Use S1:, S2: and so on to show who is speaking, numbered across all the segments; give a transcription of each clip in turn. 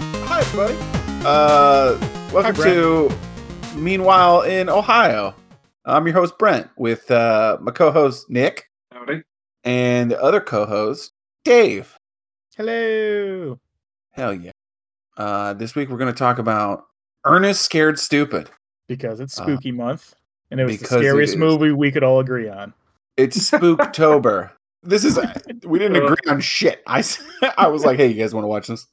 S1: everybody. Uh, welcome
S2: Brent.
S1: to Meanwhile in Ohio. I'm your host, Brent, with uh, my co host, Nick,
S3: Howdy.
S1: and the other co host, Dave.
S2: Hello.
S1: Hell yeah. Uh, this week, we're going to talk about Ernest Scared Stupid.
S2: Because it's
S1: Uh,
S2: spooky month and it was the
S1: because it
S2: scariest
S1: is.
S2: movie we could all agree on.
S1: It's Spooktober. this is we didn't agree on shit. I s- I was like, hey, you guys want to watch this?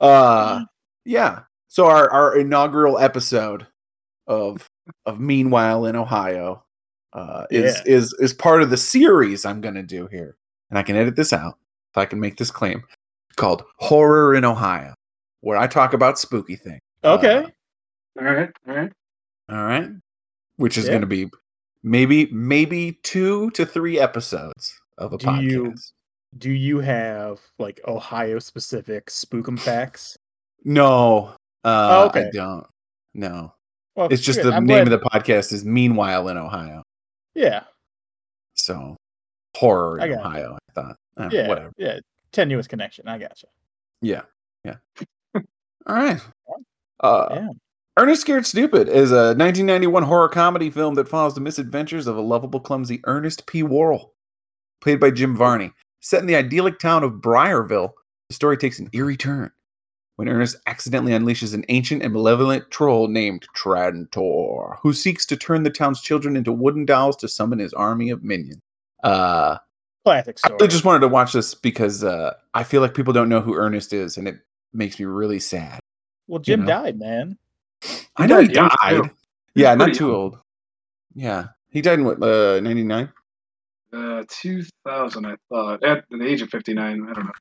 S1: Uh, yeah. So our our inaugural episode of of Meanwhile in Ohio uh, is is is part of the series I'm gonna do here, and I can edit this out if I can make this claim called Horror in Ohio, where I talk about spooky things. Uh,
S2: Okay.
S3: All right, all right.
S1: All right. Which is
S2: Yeah.
S1: going to be maybe maybe 2 to 3 episodes of a
S2: Do
S1: podcast.
S2: you- Do you have like Ohio specific spookum facts?
S1: No. Uh
S2: Oh, okay. Oh,
S1: I don't. No.
S2: Well,
S1: It's just the name of the podcast is Meanwhile in Ohio.
S2: Yeah.
S1: So horror
S2: I
S1: in
S2: got it.
S1: Ohio, I thought. Uh,
S2: Yeah.
S1: whatever.
S2: Yeah. Tenuous connection. I gotcha.
S1: Yeah. Yeah. All right. Uh,
S2: Yeah.
S1: Ernest Scared Stupid is a 1991 horror comedy film that follows the misadventures of a lovable, clumsy Ernest P. Worrell, played by Jim Varney. Set in the idyllic town of Briarville, the story takes an eerie turn when Ernest accidentally unleashes an ancient and malevolent troll named Trantor, who seeks to turn the town's children into wooden dolls to summon his army of minions. Uh,
S2: Classic
S1: I
S2: story.
S1: really just wanted to watch this because uh, I feel like people don't know who Ernest is, and it makes me really sad.
S2: well, Jim
S1: know.
S2: died, man.
S1: I know he
S3: died young,
S1: died.
S3: too.
S1: Yeah,
S3: He's
S1: not
S3: pretty
S1: too
S3: young.
S1: old. Yeah, he died in what uh, ninety nine.
S3: Uh, 2000, I thought, at the age of 59. I don't know.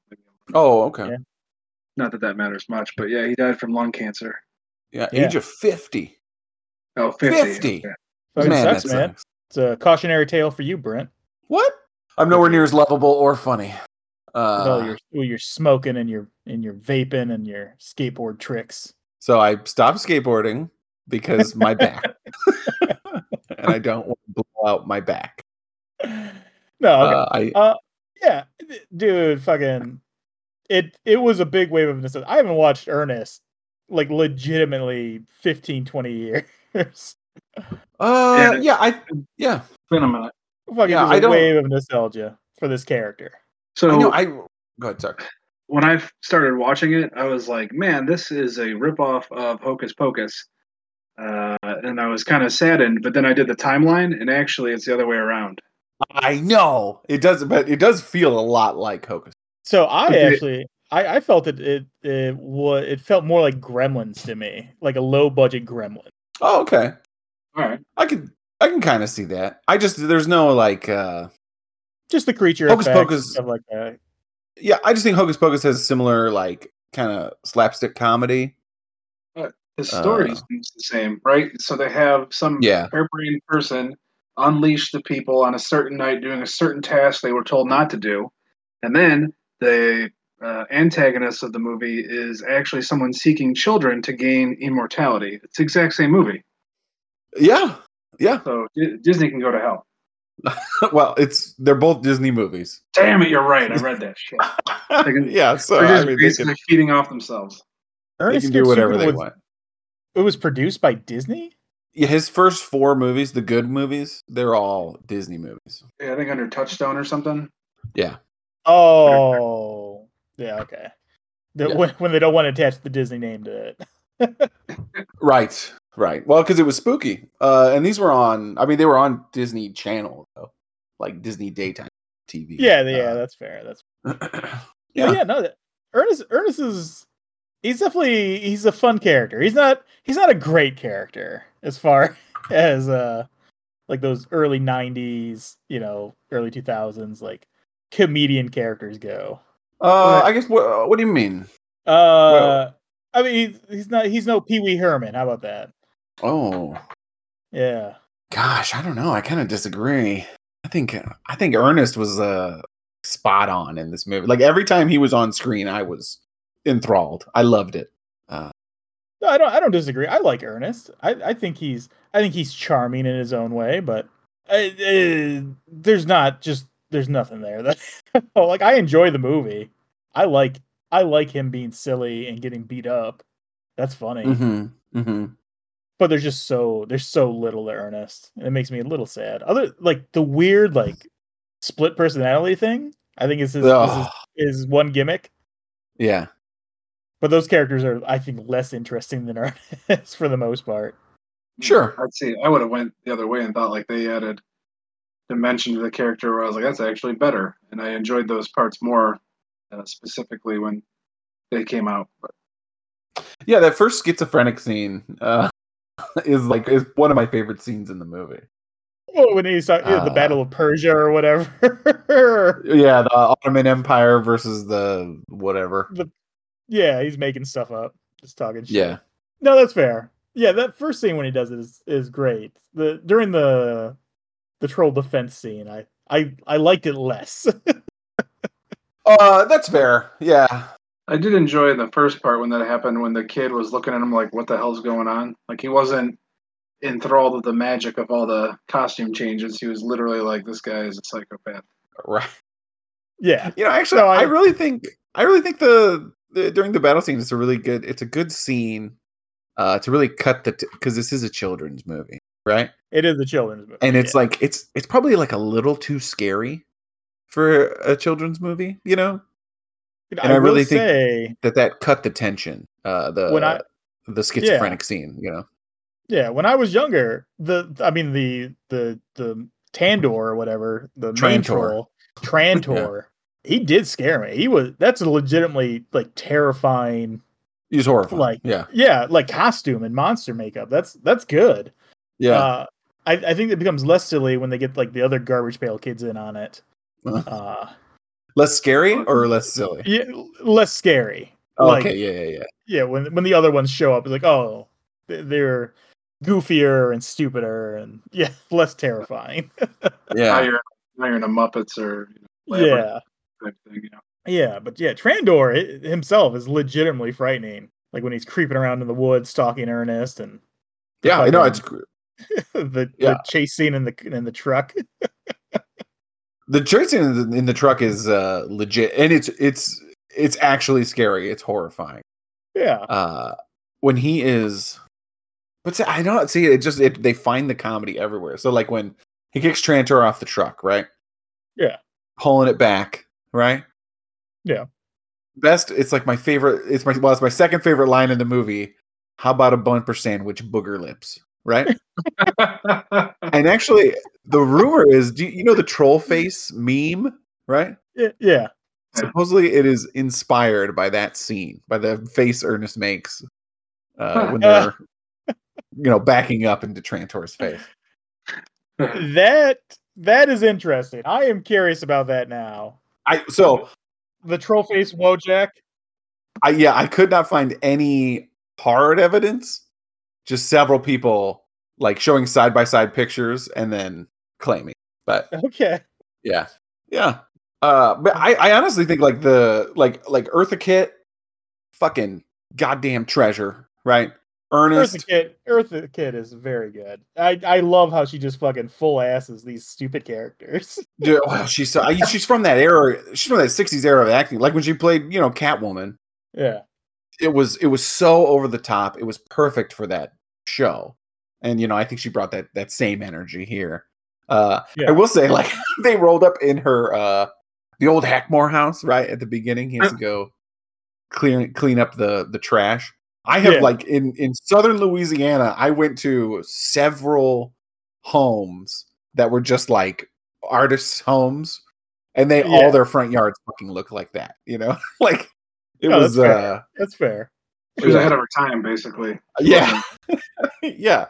S1: Oh, okay.
S2: Yeah.
S3: Not that that matters much, but yeah, he died from lung cancer.
S1: Yeah,
S2: Yeah.
S1: age of fifty.
S3: Oh, 50.
S1: 50.
S3: okay.
S2: Fucking
S1: Man,
S2: sucks,
S1: that
S2: man.
S1: sucks.
S2: It's a cautionary tale for you, Brent.
S1: What? I'm nowhere near as lovable or funny.
S2: With all
S1: Uh,
S2: your well, you're smoking and you're and you're vaping and your skateboard tricks.
S1: so I stopped skateboarding because my back, and I don't want to blow out my back.
S2: no, okay.
S1: Uh, I
S2: Yeah, d- dude, fucking it it was a big wave of nostalgia. I haven't watched Ernest like legitimately 15 20 years.
S1: uh,
S3: Yeah.
S1: yeah, I yeah.
S3: It's been a minute.
S2: fucking
S1: Yeah,
S2: just
S1: I
S2: a
S1: don't-
S2: wave of nostalgia for this character.
S3: So
S1: I know. I go ahead, sorry.
S3: when I started watching it, I was like, man, this is a ripoff of Hocus Pocus. Uh, and I was kind of saddened, but then I did the timeline, and actually, it's the other way around.
S1: I know it does, but it does feel a lot like Hocus.
S2: So I
S3: Okay.
S2: actually I, I felt it it it was it felt more like Gremlins to me, like a low budget Gremlin.
S1: Oh, okay.
S3: All right.
S1: I could I can kind of see that. I just there's no like uh
S2: Just the creature
S1: Hocus
S2: effects and
S1: Pocus-
S2: stuff like that.
S1: yeah, I just think Hocus Pocus has a similar like kind of slapstick comedy.
S3: The story
S1: Uh.
S3: seems the same, right? So they have some
S1: Yeah.
S3: harebrained person unleash the people on a certain night doing a certain task they were told not to do. And then the uh, antagonist of the movie is actually someone seeking children to gain immortality. It's the exact same movie.
S1: Yeah. Yeah.
S3: So D- Disney can go to hell.
S1: well, it's they're both Disney movies.
S3: Damn it, you're right. I read that shit. can-
S1: yeah, so
S3: They're
S1: I
S3: just
S1: mean, they
S3: basically
S1: can,
S3: feeding off themselves.
S1: they
S2: Ernest
S1: can
S2: Scared
S1: do whatever
S2: Stupid
S1: they
S2: was-
S1: want.
S2: It was produced by Disney?
S1: Yeah, his first four movies, the good movies, they're all Disney movies.
S3: Yeah, I think under Touchstone or something.
S2: Oh, yeah, okay. The,
S1: Yeah.
S2: When, when they don't want to attach the Disney name to it.
S1: Right. Right. Well, because it was spooky. Uh and these were on I mean they were on Disney Channel though. Like Disney daytime Uh, TV.
S2: Yeah, th- yeah, that's fair. That's
S1: yeah.
S2: yeah,
S1: Yeah.
S2: yeah no, that, Ernest, Ernest is he's definitely he's a fun character. He's not he's not a great character as far as uh like those early '90s, you know, early 2000s like comedian characters go.
S1: Uh,
S2: Right.
S1: I guess what what do you mean?
S2: Uh, I mean, he's, he's not he's no Pee Wee Herman. How about that?
S1: Oh
S2: Yeah.
S1: gosh, I don't know. I kind of disagree. I think uh, I think Ernest was uh spot on in this movie. Like every time he was on screen, I was enthralled. I loved it.
S2: No, I don't. I don't disagree. I like Ernest. I, I think he's. I think he's charming in his own way, but I, uh, there's not just there's nothing there. That like I enjoy the movie. I like I like him being silly and getting beat up That's funny.
S1: Mm-hmm. Mm-hmm.
S2: But there's just so there's so little to Ernest. And it makes me a little sad. Other like the weird like split personality thing. I think is his, is
S1: Ugh.
S2: his is one gimmick.
S1: Yeah.
S2: But those characters are I think less interesting than Ernest for the most part.
S1: Sure.
S3: I'd see. I would have went the other way and thought like they added dimension to the character where I was like, that's actually better, and I enjoyed those parts more uh, specifically when they came out. But
S1: Yeah, that first schizophrenic scene uh, is like is one of my favorite scenes in the movie.
S2: Oh, when he's talking yeah, the
S1: Uh.
S2: Battle of Persia or whatever.
S1: Yeah, the Ottoman Empire versus the whatever.
S2: yeah, he's making stuff up, just talking shit.
S1: Yeah.
S2: No, that's fair. Yeah, that first scene when he does it is is great. The during the the troll defense scene, I I I liked it less.
S1: Uh, that's fair. Yeah.
S3: I did enjoy the first part when that happened when the kid was looking at him like, what the hell's going on? Like he wasn't enthralled with the magic of all the costume changes. He was literally like, this guy is a psychopath.
S1: Right.
S2: yeah,
S1: You know, actually,
S2: No, I-
S1: I, really think I really think the, the during the battle scene it's a really good it's a good scene uh to really cut the because this is a children's movie, right?
S2: it is a children's movie,
S1: And it's
S2: yeah.
S1: like it's it's probably like a little too scary for a children's movie, you know? and I
S2: will
S1: really think-
S2: say,
S1: That that cut the tension, uh the
S2: When I-
S1: the schizophrenic scene, you know.
S2: yeah, when I was younger, the I mean the the the Tandor or whatever the main
S1: Trantor.
S2: troll Trantor, he did scare me. He was that's a legitimately like terrifying
S1: He's horrible.
S2: Like-
S1: yeah.
S2: yeah like costume and monster makeup that's that's good
S1: Yeah.
S2: uh, I, I think it becomes less silly when they get like the other garbage pail kids in on it uh
S1: less scary or less silly?
S2: yeah, less scary like-
S1: okay, yeah, yeah, yeah.
S2: yeah when when the other ones show up it's like oh th- they're goofier and stupider and yeah less terrifying
S1: Yeah.
S3: Now you're now you're in a Muppets or you know, Labyrinth
S2: yeah
S3: type thing. You know?
S2: yeah but yeah trandor i himself is legitimately frightening like when he's creeping around in the woods stalking ernest and
S1: yeah, I know
S2: fucking-
S1: it's gr-
S2: the,
S1: Yeah.
S2: the chase scene in the in the truck
S1: the chasing in the, in the truck is uh legit and it's it's it's actually scary it's horrifying
S2: yeah
S1: uh when he is but see, i don't see it just it, they find the comedy everywhere so like when he kicks trantor off the truck right
S2: Yeah.
S1: pulling it back right
S2: Yeah.
S1: best it's like my favorite it's my well it's my second favorite line in the movie how about a bumper sandwich booger lips right and actually the rumor is do you, you know the troll face meme right
S2: yeah yeah
S3: Yeah.
S1: supposedly it is inspired by that scene by the face ernest makes uh, when they're you know backing up into trantor's face
S2: that that is interesting. I am curious about that now.
S1: i so
S2: The troll face Wojak.
S1: i yeah i could not find any hard evidence just several people like showing side by side pictures and then claiming but
S2: Okay.
S1: yeah yeah uh but i i honestly think like the like like eartha kit fucking goddamn treasure right ernest
S2: Eartha Kid. Eartha Kid is very good. I I love how she just fucking full asses these stupid characters.
S1: Dude, well, she's so- I- she's from that era. She's from that '60s era of acting. Like when she played, you know, Catwoman.
S2: Yeah.
S1: It was it was so over the top. It was perfect for that show. And you know, I think she brought that that same energy here. Uh,
S2: Yeah.
S1: I will say, like they rolled up in her uh, the old Hackmore house right at the beginning.
S2: Uh
S1: He has to go clear clean up the the trash. I have
S2: Yeah.
S1: like in in southern Louisiana, I went to several homes that were just like artists' homes, and they
S2: Yeah.
S1: all their front yards fucking look like that. You know, like it
S2: No,
S1: was
S2: Oh, that's fair.
S1: uh
S2: That's fair.
S3: She was
S1: Yeah.
S3: ahead of her time, basically.
S1: yeah yeah.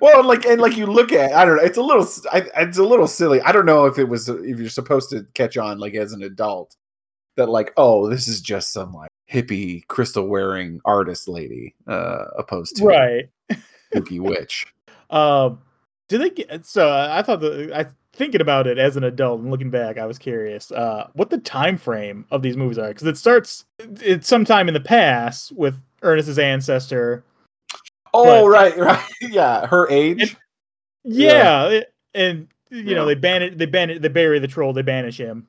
S1: Well, like and like you look at, I don't know. It's a little, s- I, it's a little silly. I don't know if it was if you're supposed to catch on like as an adult that like, oh, this is just some like hippie crystal wearing artist lady, uh, opposed to
S2: Right.
S1: spooky witch.
S2: Um, do they get so? I thought the I thinking about it as an adult and looking back, I was curious uh, what the time frame of these movies are because it starts it's sometime in the past with Ernest's ancestor.
S1: Oh, right, right, yeah, her age. Yeah.
S2: Yeah, it- and you know they
S3: Yeah.
S2: ban it, they ban it, they bury the troll, they banish him,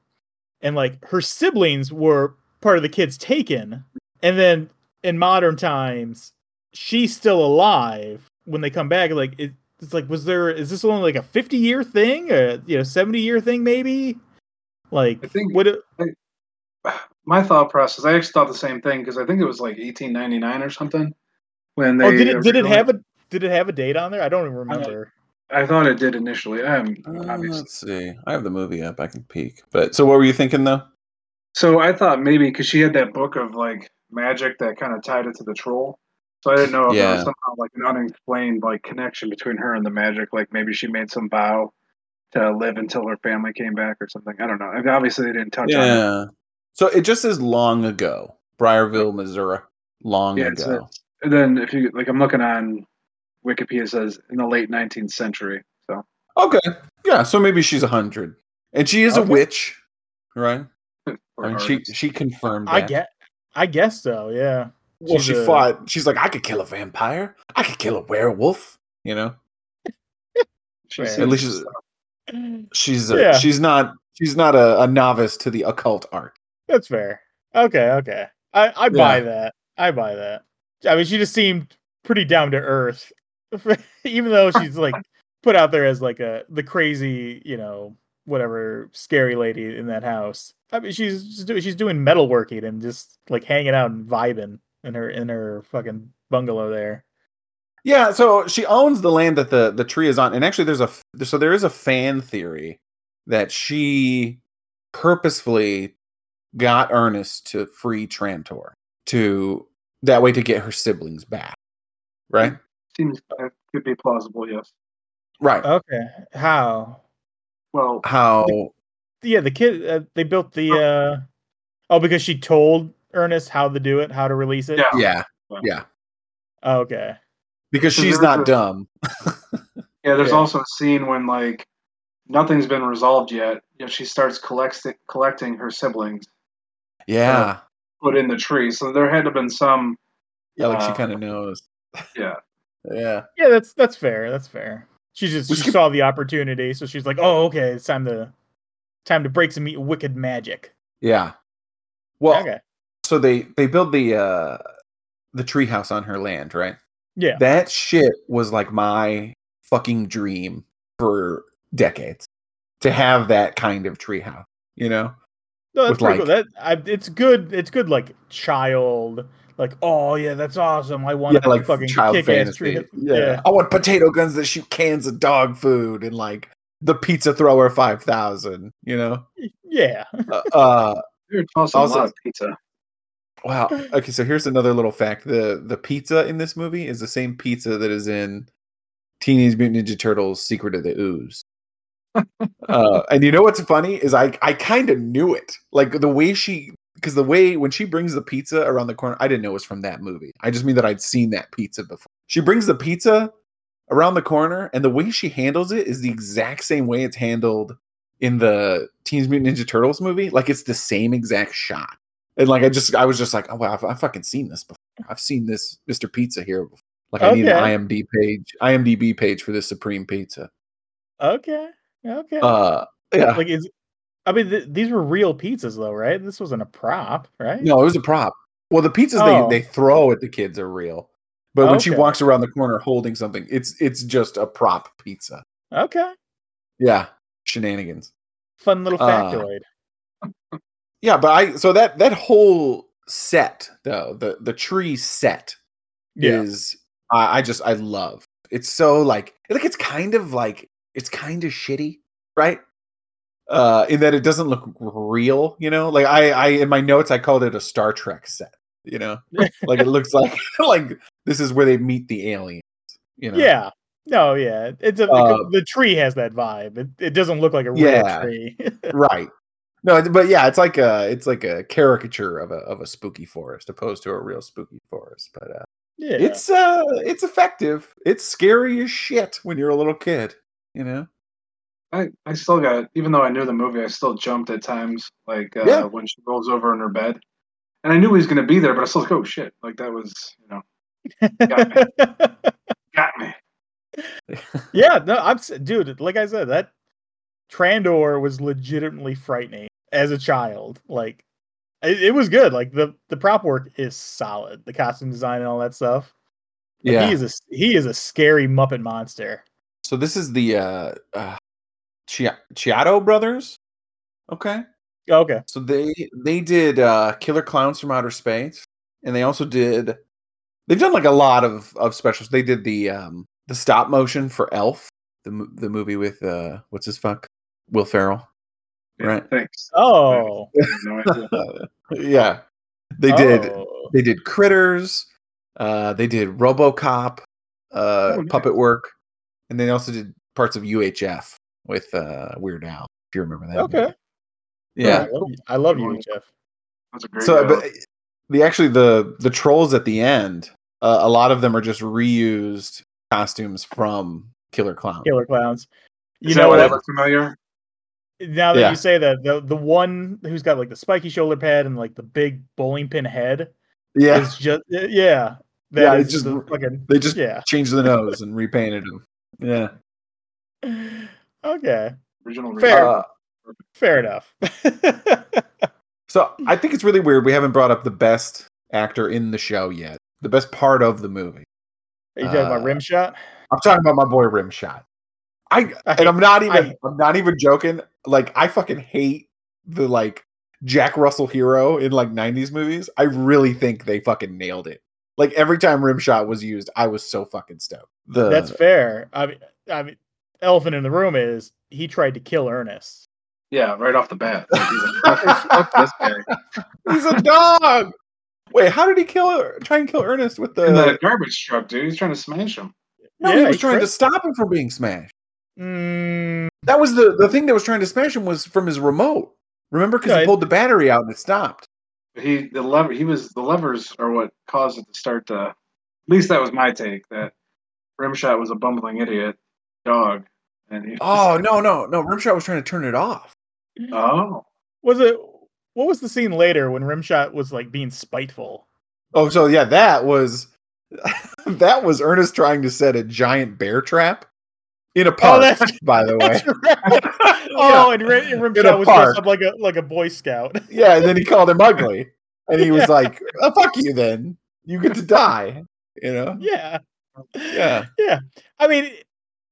S2: and like her siblings were part of the kids taken, and then in modern times she's still alive when they come back. Like it, it's like was there is this only like a fifty year thing or you know seventy year thing maybe? Like
S3: I think-
S2: would it,
S3: My thought process, I actually thought the same thing because I think it was like 1899 or something. When they
S2: oh did it did it
S3: originally-
S2: have a did it have a date on there? I don't even remember.
S3: I thought it did initially. Um,
S1: Uh,
S3: obviously.
S1: let's see. I have the movie up. I can peek. But so, what were you thinking though?
S3: So I thought maybe because she had that book of like magic that kind of tied it to the troll. So I didn't know if there was
S1: Yeah.
S3: somehow like an unexplained like connection between her and the magic. Like maybe she made some vow to live until her family came back or something. I don't know. And obviously they didn't touch on it.
S1: Yeah. So it just says long ago, Briarville, Missouri. Long
S3: Yeah, it's
S1: ago.
S3: And then if you like, I'm looking on Wikipedia it says in the late 19th century. So
S1: Okay. Yeah. So maybe she's a hundred, and she is
S2: Okay.
S1: a witch, right?
S3: or
S1: I mean, she
S3: artist.
S1: she confirmed.
S2: I
S1: that.
S2: get I guess so. Yeah.
S1: Well,
S2: she's
S1: she
S2: a-
S1: fought. She's like, I could kill a vampire. I could kill a werewolf. You know.
S3: She
S2: Fair.
S3: seems-
S1: At least she's she's a,
S2: Yeah.
S1: she's not she's not a, a novice to the occult art.
S2: That's fair. Okay, okay. I, I buy that. I buy that. I mean, she just seemed pretty down to earth, even though she's like put out there as like a the crazy, you know, whatever scary lady in that house. I mean, she's she's doing she's doing metalworking and just like hanging out and vibing in her in her fucking bungalow there.
S1: Yeah, so she owns the land that the the tree is on, and actually, there's a f- so there is a fan theory that she purposefully got Ernest to free Trantor to that way to get her siblings back. Right,
S3: seems that could be plausible. Yes.
S1: right.
S2: Okay, how?
S3: Well,
S1: Uh, How?
S2: Yeah, the kid uh, they built the uh oh because she told Ernest how to do it, how to release it. Oh,
S3: Yeah.
S1: Yeah,
S2: Okay.
S1: because
S3: So
S1: she's
S3: there was
S1: not
S3: a-
S1: dumb.
S3: Yeah, there's
S2: Yeah.
S3: also a scene when like nothing's been resolved yet. Yet she starts collecting collecting her siblings
S1: Yeah,
S3: put in the tree. So there had to have been some.
S1: yeah, like she
S3: Uh,
S1: kind of knows.
S3: yeah.
S1: yeah.
S2: Yeah, that's that's fair. That's fair. She just
S1: We
S2: she
S1: should-
S2: saw the opportunity, so she's like, "Oh, okay, it's time to time to break some me- wicked magic."
S1: Yeah. Well,
S2: okay,
S1: so they they build the uh the treehouse on her land, right?
S2: yeah,
S1: That shit was like my fucking dream for decades to have that kind of treehouse, you know?
S2: no, that's
S1: with,
S2: pretty cool.
S1: like-
S2: That I, it's good. It's good, like child, like oh yeah, that's awesome. I want
S1: Yeah,
S2: to
S1: like
S2: fucking
S1: child
S2: kick ass
S1: fantasy.
S2: tree.
S1: Yeah.
S2: Yeah.
S1: I want potato guns that shoot cans of dog food and like the pizza thrower 5000, you know?
S2: yeah.
S1: Uh, uh
S3: They're tossing
S1: Also-
S3: a lot of pizza.
S1: Wow. Okay, so here's another little fact. The the pizza in this movie is the same pizza that is in Teenage Mutant Ninja Turtles Secret of the Ooze. uh, and you know what's funny is I I kind of knew it. Like the way she because the way when she brings the pizza around the corner, I didn't know it was from that movie. I just mean that I'd seen that pizza before. She brings the pizza around the corner, and the way she handles it is the exact same way it's handled in the Teenage Mutant Ninja Turtles movie. Like it's the same exact shot. And like I just I was just like, oh wow, I've, I've fucking seen this before. I've seen this Mr. Pizza here before. Like I need
S2: Okay.
S1: an IMD page, IMDB page for this Supreme Pizza.
S2: Okay, okay.
S1: Uh yeah.
S2: Like is, I mean, th- these were real pizzas though, right? This wasn't a prop, right?
S1: No, it was a prop. Well, the pizzas
S2: Oh.
S1: they, they throw at the kids are real. But when she
S2: Okay.
S1: walks around the corner holding something, it's it's just a prop pizza.
S2: Okay,
S1: Yeah. Shenanigans.
S2: fun little
S1: Uh,
S2: factoid.
S1: Yeah, but I so that that whole set though, the the tree set
S2: Yeah,
S1: is I, I just I love. It's so like like it's kind of like it's kind of shitty, right? Uh in that it doesn't look real, you know? Like I I in my notes I called it a Star Trek set, you know? like it looks like like this is where they meet the aliens, you know?
S2: Yeah. No, yeah. It's a the
S1: Uh,
S2: co- the tree has that vibe. It, it doesn't look like a real
S1: Yeah.
S2: tree.
S1: Right. No, it- but yeah, it's like a it's like a caricature of a of a spooky forest opposed to a real spooky forest, but uh
S2: yeah.
S1: it's uh it's effective. It's scary as shit when you're a little kid, you know?
S3: I, I still got even though I knew the movie, I still jumped at times. Like uh,
S1: Yeah.
S3: when she rolls over in her bed, and I knew he was gonna be there, but I still like, oh shit, like that was you know got me, got me.
S2: yeah, no, I'm s- dude, like I said, that Trandor was legitimately frightening as a child. Like it, it was good. Like the the prop work is solid. The costume design and all that stuff. Like,
S1: yeah.
S2: He is a he is a scary Muppet monster.
S1: So this is the uh, uh Chi- Chiato brothers. Okay.
S2: Okay.
S1: So they they did uh Killer Clowns from Outer Space and they also did they've done like a lot of of specials. They did the um the stop motion for Elf, the mo- the movie with uh what's his fuck? Will Ferrell.
S3: Yeah,
S1: Right.
S3: Thanks.
S2: Oh.
S3: I have no idea.
S1: yeah. They did
S2: Oh.
S1: they did Critters, uh they did RoboCop, uh
S3: Oh, nice.
S1: Puppet Work, and they also did parts of UHF with uh Weird Al, if you remember that.
S2: Okay.
S1: movie. Yeah.
S2: I love, I love you, Jeff.
S3: That's a great.
S1: so
S3: job.
S1: but the actually the the trolls at the end uh, a lot of them are just reused costumes from killer clown
S2: Killer clowns. You
S3: Is
S2: know
S3: that
S2: what?
S3: whatever familiar?
S2: Now that
S1: Yeah.
S2: you say that, the the one who's got like the spiky shoulder pad and like the big bowling pin head
S1: yeah
S2: is just uh, yeah. That
S1: Yeah, it's
S2: is
S1: just-
S2: the fucking
S1: they just
S2: yeah.
S1: changed the nose and repainted them yeah
S2: Okay.
S3: Original.
S2: Fair.
S3: original.
S1: Uh,
S2: Fair enough.
S1: so i think it's really weird we haven't brought up the best actor in the show yet the best part of the movie
S2: Are you talking about
S1: Uh,
S2: rim shot?
S1: i'm talking about my boy rimshot i
S2: I
S1: and i'm not even
S2: I-
S1: I, am not even joking like i fucking hate the like jack russell hero in like 90s movies i really think they fucking nailed it like every time rimshot was used i was so fucking stoked the
S2: That's fair. I mean, I mean, elephant in the room is he tried to kill Ernest.
S3: Yeah, right off the bat. Like, he's like, fuck, fuck this guy.
S1: he's a dog wait how did he kill try and kill ernest with the
S3: In the garbage truck, dude. He's trying to smash him.
S1: no he was trying
S2: tried-
S1: to stop him from being smashed
S2: Mm,
S1: that was the the thing that was trying to smash him was from his remote remember because
S2: Yeah,
S1: he
S2: it-
S1: pulled the battery out and it stopped
S3: He the lever. He was the levers are what caused it to start to. At least that was my take. That Rimshot was a bumbling idiot dog, and he.
S1: oh no no no rimshot was trying to turn it off
S3: Oh.
S2: was it? What was the scene later when Rimshot was like being spiteful?
S1: Oh, so yeah, that was that was Ernest trying to set a giant bear trap in a park.
S2: Oh, that's-
S1: by the way,
S2: That's right. Oh, and, Rim, and
S1: In a
S2: Rimshot was dressed
S1: park.
S2: up like a like a Boy Scout.
S1: yeah, and then he called him ugly, and he was like, oh, "Fuck you, then you get to die." You know?
S2: yeah,
S1: Yeah.
S2: yeah. I mean,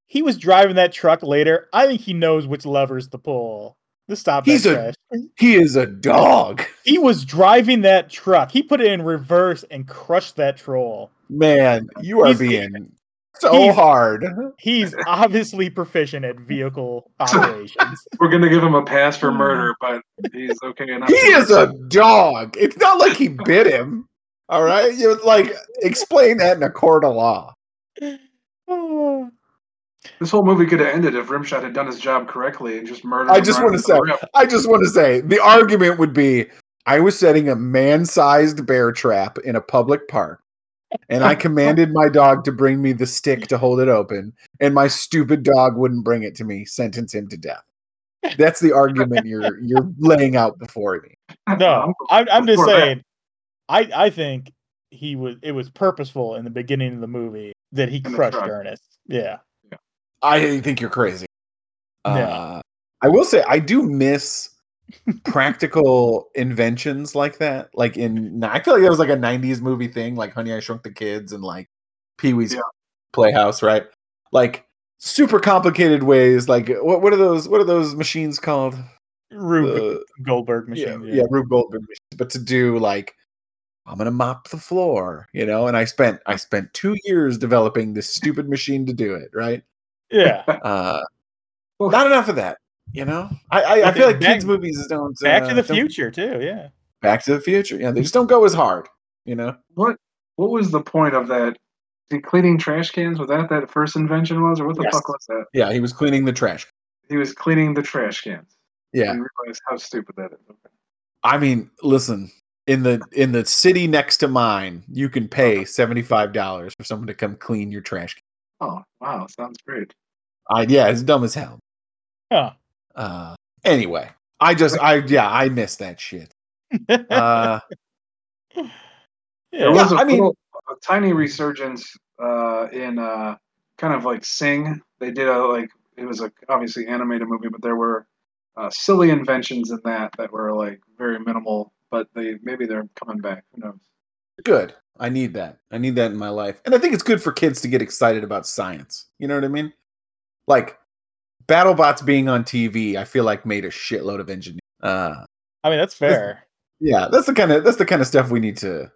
S2: he was driving that truck later. I think he knows which levers to pull. The stop. that
S1: He's a-
S2: trash.
S1: He is a dog,
S2: He was driving that truck. He put it in reverse and crushed that troll.
S1: man. You are
S2: He's-
S1: being so
S2: he's-
S1: hard.
S2: He's obviously proficient at vehicle operations.
S3: We're gonna give him a pass for murder, but he's okay enough.
S1: Hmm. He is a dog. It's not like he bit him. All right, you like explain that in a court of law.
S2: Oh,
S3: This whole movie could have ended if Rimshot had done his job correctly and just murdered.
S1: I
S3: him
S1: just
S3: right
S1: want to
S3: off
S1: say,
S3: the rip.
S1: I just want to say, the argument would be I was setting a man sized bear trap in a public park, and I commanded my dog to bring me the stick to hold it open, and my stupid dog wouldn't bring it to me, sentence him to death. That's the argument you're you're laying out before me.
S2: no, I'm, I'm just
S3: Before that.
S2: saying. I I think he was. It was purposeful in the beginning of the movie that he
S3: the
S2: crushed
S3: truck.
S2: Ernest. Yeah.
S1: I think you're crazy.
S2: No.
S1: Uh, I will say I do miss practical inventions like that. Like in, I feel like that was like a '90s movie thing, like Honey I Shrunk the Kids and like Pee Wee's
S3: Yeah.
S1: Playhouse, right? Like super complicated ways. Like what what are those what are those machines called?
S2: Rube
S1: The-
S2: Goldberg
S1: Uh, yeah,
S2: machine.
S1: yeah, Rube Goldberg machines. But to do like I'm gonna mop the floor, you know. And I spent I spent two years developing this stupid machine to do it, right?
S2: Yeah.
S1: uh
S3: Well-
S1: not enough of that you know i i, I
S2: Okay,
S1: feel like
S2: back-
S1: kids movies don't
S2: Back to
S1: uh,
S2: the
S1: don't-
S2: future too. Yeah.
S1: back to the future yeah they just don't go as hard you know
S3: What What was the point of that? The cleaning trash cans was that that first invention was, or what the
S1: Yes.
S3: fuck was that?
S1: yeah he was cleaning the trash
S3: He was cleaning the trash cans.
S1: yeah
S3: We realized how stupid that is. Okay.
S1: i mean listen in the in the city next to mine you can pay $75 for someone to come clean your trash can
S3: Oh wow, sounds great.
S1: I, yeah it's dumb as hell
S2: Huh.
S1: uh anyway i just i yeah i miss that shit uh
S3: There
S2: yeah.
S1: Yeah,
S3: was a
S1: I mean-
S3: little- a tiny resurgence uh, in uh, kind of like Sing. They did a like it was a obviously animated movie, but there were uh, silly inventions in that that were like very minimal. But they maybe they're coming back. Who knows?
S1: Good. I need that. I need that in my life. And I think it's good for kids to get excited about science. You know what I mean? Like BattleBots being on TV, I feel like made a shitload of engineers. Uh,
S2: I mean, that's fair.
S1: yeah, that's the kind of that's the kind of stuff we need to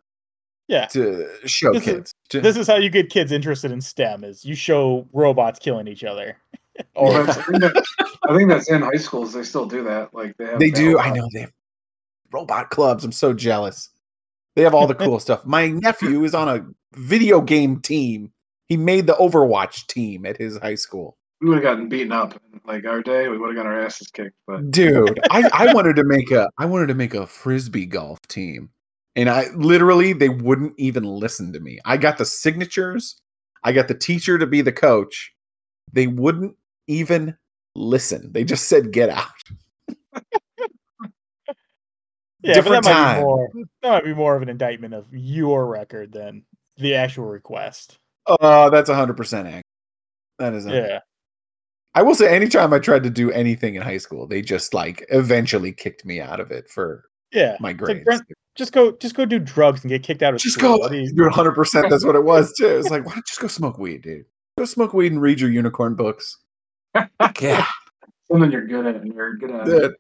S2: yeah.
S1: to show
S2: This is-
S1: kids. To-
S2: This is how you get kids interested in STEM is you show robots killing each other.
S1: Oh,
S3: Well,
S2: or
S3: that's- I, think that, I think that's in high schools. They still do that. Like they have
S1: they do. I
S3: battle-
S1: know they have robot clubs. I'm so jealous. They have all the cool stuff. My nephew is on a video game team. He made the Overwatch team at his high school.
S3: We would have gotten beaten up. Like our day, we would have gotten our asses kicked. But
S1: Dude, I, I wanted to make a I wanted to make a frisbee golf team. And I literally they wouldn't even listen to me. I got the signatures. I got the teacher to be the coach. They wouldn't even listen. They just said get out.
S2: yeah,
S1: different
S2: but that might
S1: time.
S2: be more that might be more of an indictment of your record than the actual request.
S1: Oh, that's 100% accurate. That is 100%.
S2: Yeah.
S1: I will say, anytime I tried to do anything in high school, they just like eventually kicked me out of it for
S2: Yeah.
S1: my
S2: It's
S1: grades.
S2: like, Brent, just go just go do drugs and get kicked out of
S1: just
S2: school.
S1: go.
S2: What do you-
S1: You're 100. percent That's what it was too. It's like, why don't you just go smoke weed, dude? Go smoke weed and read your unicorn books. yeah,
S3: something you're good at, nerd. Good at. it.
S1: dude.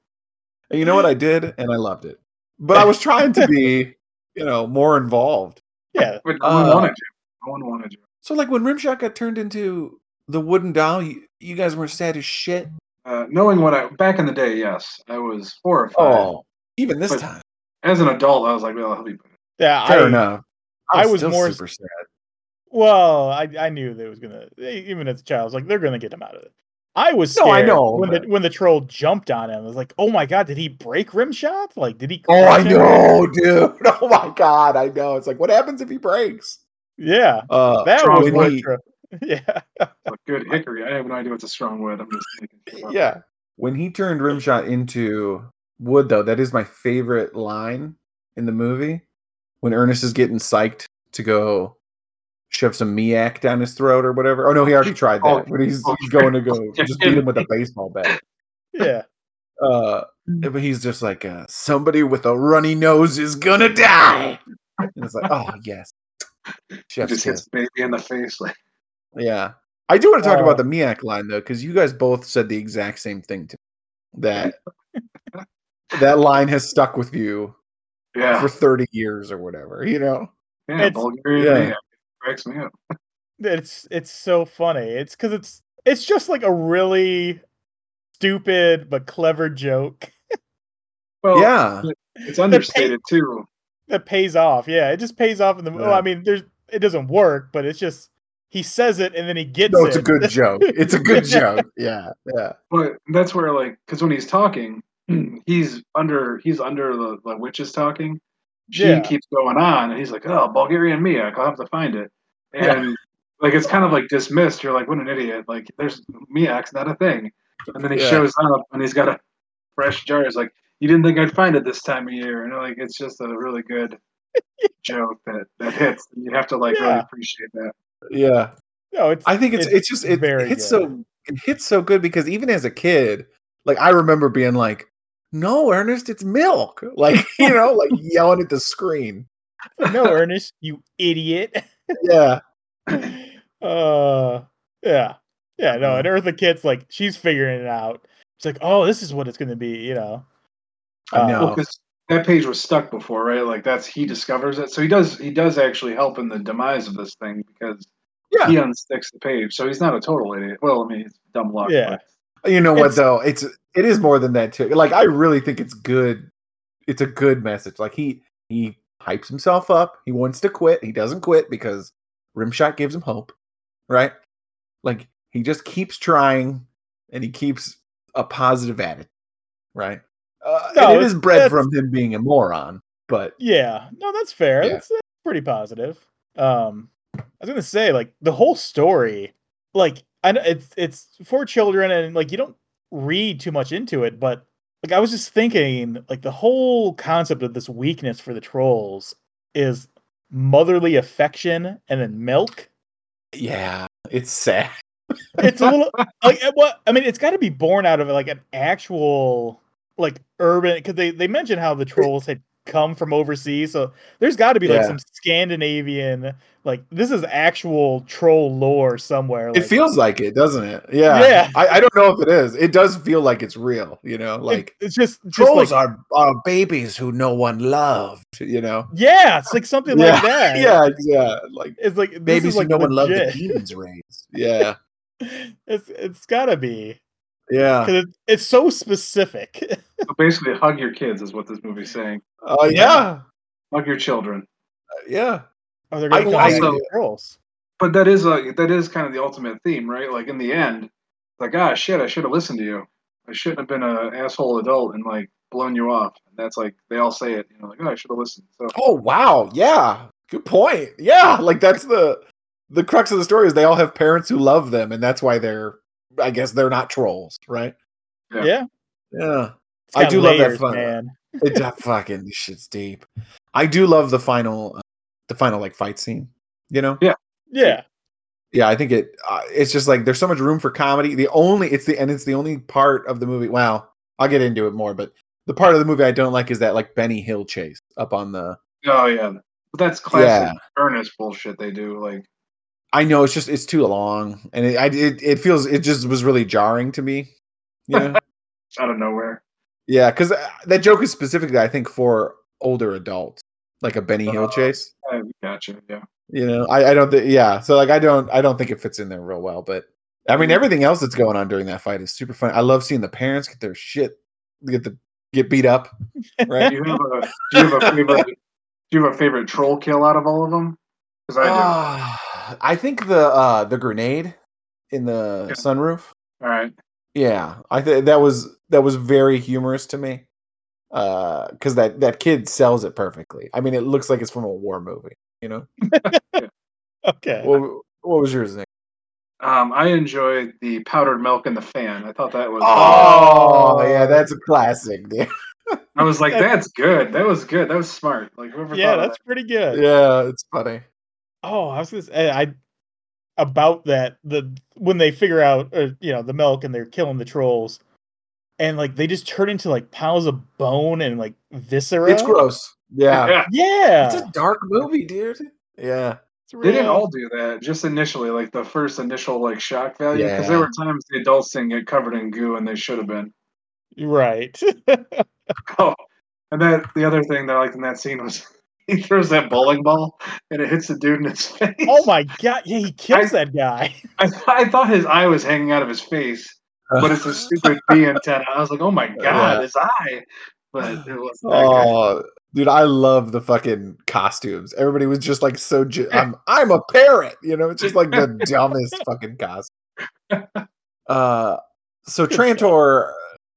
S1: And you know what I did, and I loved it. But I was trying to be, you know, more involved.
S2: Yeah.
S3: But no one
S1: Uh,
S3: wanted you. No one wanted you.
S1: So like when Rimshot got turned into the wooden doll, you, you guys were sad as shit.
S3: Uh, knowing what I back in the day, yes, I was horrified.
S1: Oh, even this
S3: But-
S1: time.
S3: As an adult, I was like, well, he'll be.
S2: Yeah.
S1: Fair
S2: I,
S1: enough.
S2: I was more s-
S1: super sad.
S2: Well, I, I knew they was gonna e- even as a child, I was like, they're gonna get him out of it. I was
S1: No,
S2: scared
S1: I know,
S2: when the
S1: but-
S2: when the troll jumped on him. I was like, oh my god, did he break rimshot? Like, did he?
S1: Oh, I
S2: crash him?
S1: know, dude. Oh my god, I know. It's like, what happens if he breaks?
S2: Yeah,
S1: Uh,
S2: that
S3: Troll
S2: was
S1: when
S2: what.
S1: he-
S2: Tro- yeah,
S3: Like, good hickory. I have no idea what's a strong word. I'm just making shit up.
S1: yeah. When he turned Rimshot into Wood, though, that is my favorite line in the movie. When Ernest is getting psyched to go shove some miak down his throat or whatever. Oh no, he already tried that.
S3: Oh,
S1: When he's
S3: oh,
S1: he's going to go just beat him with a baseball bat.
S2: yeah.
S1: Uh, but he's just like, uh, somebody with a runny nose is gonna die. And it's like, oh yes,
S3: He
S1: chef's kiss.
S3: just hits baby in the face. Like,
S1: Yeah. I do want to talk
S2: Uh,
S1: about the Miak line though, because you guys both said the exact same thing to me. That that line has stuck with you
S3: yeah,
S1: for 30 years or whatever, you know?
S3: yeah,
S2: It's-
S3: Bulgaria.
S1: yeah.
S3: Yeah. Cracks me up.
S2: It's it's so funny. It's because it's it's just like a really stupid but clever joke
S3: Well,
S1: yeah.
S3: it's understated too.
S2: that pays off. Yeah, it just pays off in the. Well,
S1: Yeah.
S2: I mean, there's it doesn't work, but it's just he says it and then he gets
S1: No,
S2: it.
S1: it's a good joke. It's a good joke. Yeah. Yeah.
S3: But that's where like, because when he's talking,
S2: Hmm.
S3: he's under he's under the, the witches talking. She
S2: Yeah.
S3: keeps going on, and he's like, "Oh, Bulgarian Miak, I'll have to find it."
S2: Yeah.
S3: And like, it's kind of like dismissed. You're like, "What an idiot!" Like, there's Miak's not a thing. And then he
S1: Yeah.
S3: shows up, and he's got a fresh jar. He's like, "You didn't think I'd find it this time of year?" And like, it's just a really good joke that that hits. And you have to like really
S2: Yeah.
S3: appreciate that.
S1: Yeah.
S2: No, it's
S1: I think it's it's,
S2: It's
S1: just it,
S2: very
S1: hits
S2: good.
S1: so it hits so good because even as a kid, like I remember being like, "No, Ernest, it's milk!" Like you know, like yelling at the screen.
S2: no, Ernest, you idiot.
S1: Yeah,
S2: Uh, yeah, yeah, no. And Eartha Kitt's like she's figuring it out. She's like, oh, this is what it's gonna be, you know.
S1: I
S2: Uh,
S1: know.
S3: Well, 'cause that page was stuck before, right? Like that's he discovers it. So he does he does actually help in the demise of this thing because
S1: Yeah.
S3: he unsticks the page. So he's not a total idiot. Well, I mean, it's dumb luck.
S2: Yeah.
S1: You know what
S2: It's-
S1: though? It's it is more than that too. Like I really think it's good. It's a good message. Like he he hypes himself up. He wants to quit. He doesn't quit because Rimshot gives him hope, right? Like he just keeps trying and he keeps a positive attitude, right? Uh, and
S2: No,
S1: it
S2: it's-
S1: is bred
S2: that's-
S1: from him being a moron, but
S2: Yeah, no, that's fair.
S1: Yeah.
S2: That's, that's pretty positive. Um, I was gonna say like the whole story, like I know it's it's for children and like you don't read too much into it, but like I was just thinking like the whole concept of this weakness for the trolls is motherly affection and then milk.
S1: yeah, it's sad.
S2: it's a little like uh, what I mean. It's got to be born out of like an actual like urban because they they mentioned how the trolls had come from overseas. So there's got to be like
S1: Yeah.
S2: some Scandinavian, like this is actual troll lore somewhere.
S1: It
S2: like-
S1: feels like it, doesn't it? Yeah.
S2: Yeah.
S1: I, I don't know if it is. It does feel like it's real, you know?
S2: it-
S1: Like
S2: it's just, just like-
S1: trolls are, are babies who no one loved, you know?
S2: yeah, it's like something like that.
S1: Yeah, yeah. Like
S2: it's like this
S1: babies
S2: is like
S1: who no one loved the
S2: legit.
S1: demons raised. Yeah.
S2: It's it's gotta be
S1: Yeah.
S2: 'Cause it, it's so specific.
S3: So basically, hug your kids is what this movie's saying.
S1: Uh, yeah.
S3: Hug your children.
S1: Yeah.
S2: Are there
S1: I-
S2: gonna
S1: I-
S2: I, also, girls?
S3: But that is like that is kind of the ultimate theme, right? Like in the end, it's like ah shit, I should have listened to you. I shouldn't have been an asshole adult and like blown you off. And that's like they all say it. You know, like oh, I should have listened. So
S1: Oh wow. Yeah. Good point. Yeah. Like that's the the crux of the story is they all have parents who love them, and that's why they're I guess they're not trolls, right?
S3: Yeah.
S2: Yeah,
S1: Yeah.
S2: It's
S1: I
S2: got
S1: do love that
S2: layers,
S1: fun-
S2: man.
S1: It uh, fucking this shit's deep. I do love the final uh, the final like fight scene, you know?
S2: Yeah,
S1: Yeah, I think it uh, it's just like there's so much room for comedy. The only it's the and it's the only part of the movie. Wow. I'll get into it more, but the part of the movie I don't like is that like Benny Hill chase up on the
S3: oh yeah, but that's classic earnest bullshit they do. Like
S1: I know it's just it's too long, and it I, it, it feels it just was really jarring to me. You know?
S3: out of nowhere.
S1: yeah, because that joke is specifically I think for older adults, like a Benny Hill
S3: Uh,
S1: chase.
S3: I gotcha. Yeah.
S1: You know, I, I don't think yeah. So like I don't I don't think it fits in there real well. But I mean
S3: Yeah.
S1: everything else that's going on during that fight is super fun. I love seeing the parents get their shit get the get beat up.
S3: Do you have a do you have a favorite do you have a favorite troll kill out of all of them? Because I do.
S2: Uh,
S1: Ah, I think the uh the grenade in the
S3: Yeah.
S1: sunroof.
S3: all right.
S1: Yeah, I think that was that was very humorous to me, because that that kid sells it perfectly. I mean, it looks like it's from a war movie. You know,
S2: okay.
S1: what, what was yours, Nick?
S3: Um, I enjoyed the powdered milk in the fan. I thought that was.
S1: Oh, yeah, that's a classic. dude.
S3: I was like, that's good. That was good. That was smart. Like whoever
S2: yeah,
S3: thought of
S2: that's pretty good.
S1: yeah, it's funny.
S2: Oh, I was gonna say I about that the when they figure out uh, you know the milk and they're killing the trolls, and like they just turn into like piles of bone and like viscera.
S1: It's gross.
S3: that.
S1: Yeah,
S3: Yeah.
S2: Yeah,
S1: dark movie, dude. Yeah,
S2: It's
S3: They didn't
S2: real.
S3: all do that. Just initially, like the first initial like shock value, because there
S1: Yeah.
S3: were times the adults didn't get covered in goo, and they should have been.
S2: right.
S3: Oh, and that the other thing that I liked in that scene was he throws that bowling ball and it hits the dude in his face.
S2: oh my god! Yeah, he kills that guy.
S3: I, th- I thought his eye was hanging out of his face, but it's a stupid B antenna. I was like, oh my god,
S1: Yeah.
S3: his eye. But it was
S1: Oh, dude, I love the fucking costumes. Everybody was just like so. Ju- I'm I'm a parrot. You know, it's just like the dumbest fucking costume. Uh, so
S2: Good stuff.
S1: Trantor,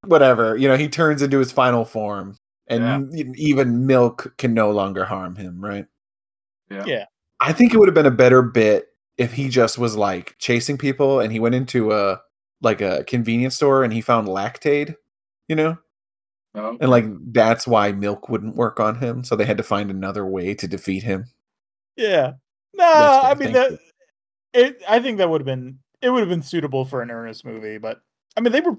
S1: whatever you know, he turns into his final form,
S3: Yeah.
S1: and e- even milk can no longer harm him. Right?
S3: Yeah.
S2: Yeah.
S1: I think it would have been a better bit if he just was like chasing people, and he went into a like a convenience store, and he found lactaid. You know,
S3: no.
S1: and like that's why milk wouldn't work on him, so they had to find another way to defeat him.
S2: Yeah. No,
S1: That's
S2: I
S1: fair,
S2: mean
S1: thank
S2: that. It. I think that would have been. It would have been suitable for an earnest movie, but I mean they were.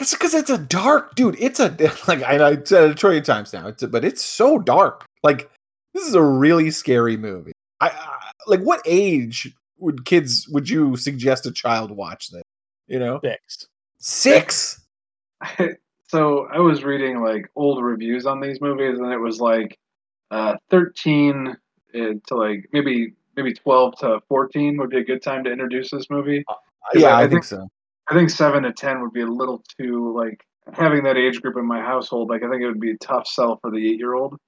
S1: It's because it's a dark dude. It's a like I, I said it a trillion times now, it's but it's so dark. Like this is a really scary movie. I, I like what age would kids would you suggest a child watch this? You know,
S2: fixed.
S1: six.
S3: so I was reading like old reviews on these movies, and it was like uh, thirteen uh, to like maybe maybe twelve to fourteen would be a good time to introduce this movie. 'Cause
S1: Yeah,
S3: I
S1: I
S3: think-
S1: think so.
S3: I think seven to ten would be a little too like having that age group in my household. Like I think it would be a tough sell for the eight year old.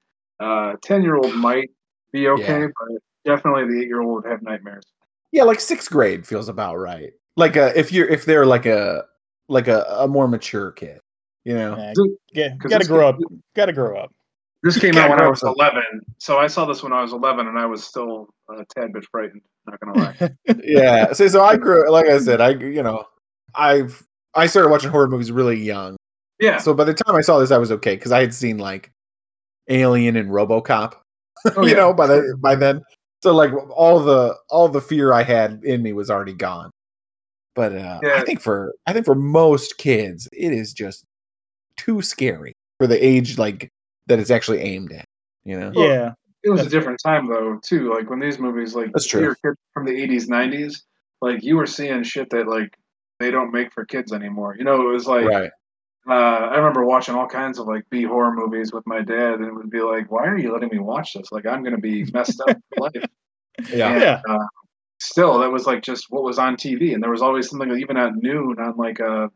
S3: Uh, ten year old might be okay, but definitely the eight year old would have nightmares.
S1: Yeah, like sixth grade feels about right. Like uh, if you're if they're like a like a, a more mature kid, you know.
S2: Yeah,
S3: Dude,
S2: yeah,
S3: 'Cause
S2: gotta
S3: this
S2: grow up.
S3: kid-
S2: Gotta grow up.
S3: This came
S1: Yeah,
S3: out when I
S1: grow
S3: was
S1: up.
S3: eleven, so I saw this when I was eleven, and I was still a tad bit frightened. Not gonna lie.
S1: yeah. So, so I grew, like I said, I you know, I've I started watching horror movies really young.
S3: Yeah.
S1: So by the time I saw this, I was okay because I had seen like Alien and RoboCop,
S3: Oh,
S1: you
S3: yeah.
S1: know, by the by then. So like all the all the fear I had in me was already gone. But uh, I
S3: Yeah.
S1: think for I think for most kids, it is just too scary for the age like that it's actually aimed at. You know,
S3: Well,
S2: yeah,
S3: It was a
S2: That's
S3: different time though, too. Like when these movies, like
S1: That's true.
S3: you were a kid from the eighties, nineties, like you were seeing shit that like they don't make for kids anymore. You know, it was like
S1: right?
S3: uh, I remember watching all kinds of like B horror movies with my dad, and it would be like, "Why are you letting me watch this? Like I'm gonna be messed up for life."
S1: Yeah.
S3: And,
S2: Yeah.
S3: uh, still, that was like just what was on TV, and there was always something even at noon on like a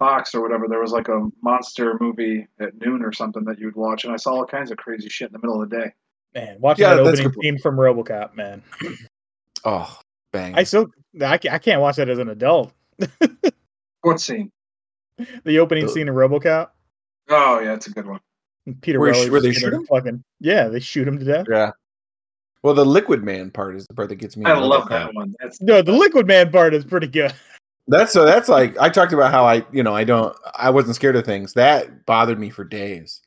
S3: Fox or whatever. There was like a monster movie at noon or something that you would watch, and I saw all kinds of crazy shit in the middle of the day.
S2: man. Watching
S1: Yeah,
S2: that
S1: that's
S2: opening
S1: good.
S2: theme from RoboCop, man.
S1: Oh, bang!
S2: I still, I can't, I can't watch that as an adult.
S3: What scene?
S2: The opening
S1: Ugh.
S2: scene in RoboCop,
S3: Oh yeah, it's a good one.
S2: and Peter
S1: Where he sh-
S2: Weller's
S1: where they
S2: just
S1: shoot
S2: gonna
S1: him?
S2: Fucking, yeah, they shoot him to death.
S1: yeah. Well, the Liquid Man part is the part that gets me.
S3: I
S1: in
S3: love
S1: RoboCop.
S3: that one. That's
S2: No, the Liquid Man part is pretty good.
S1: That's so. That's like I talked about how I, you know, I don't, I wasn't scared of things. That bothered me for days.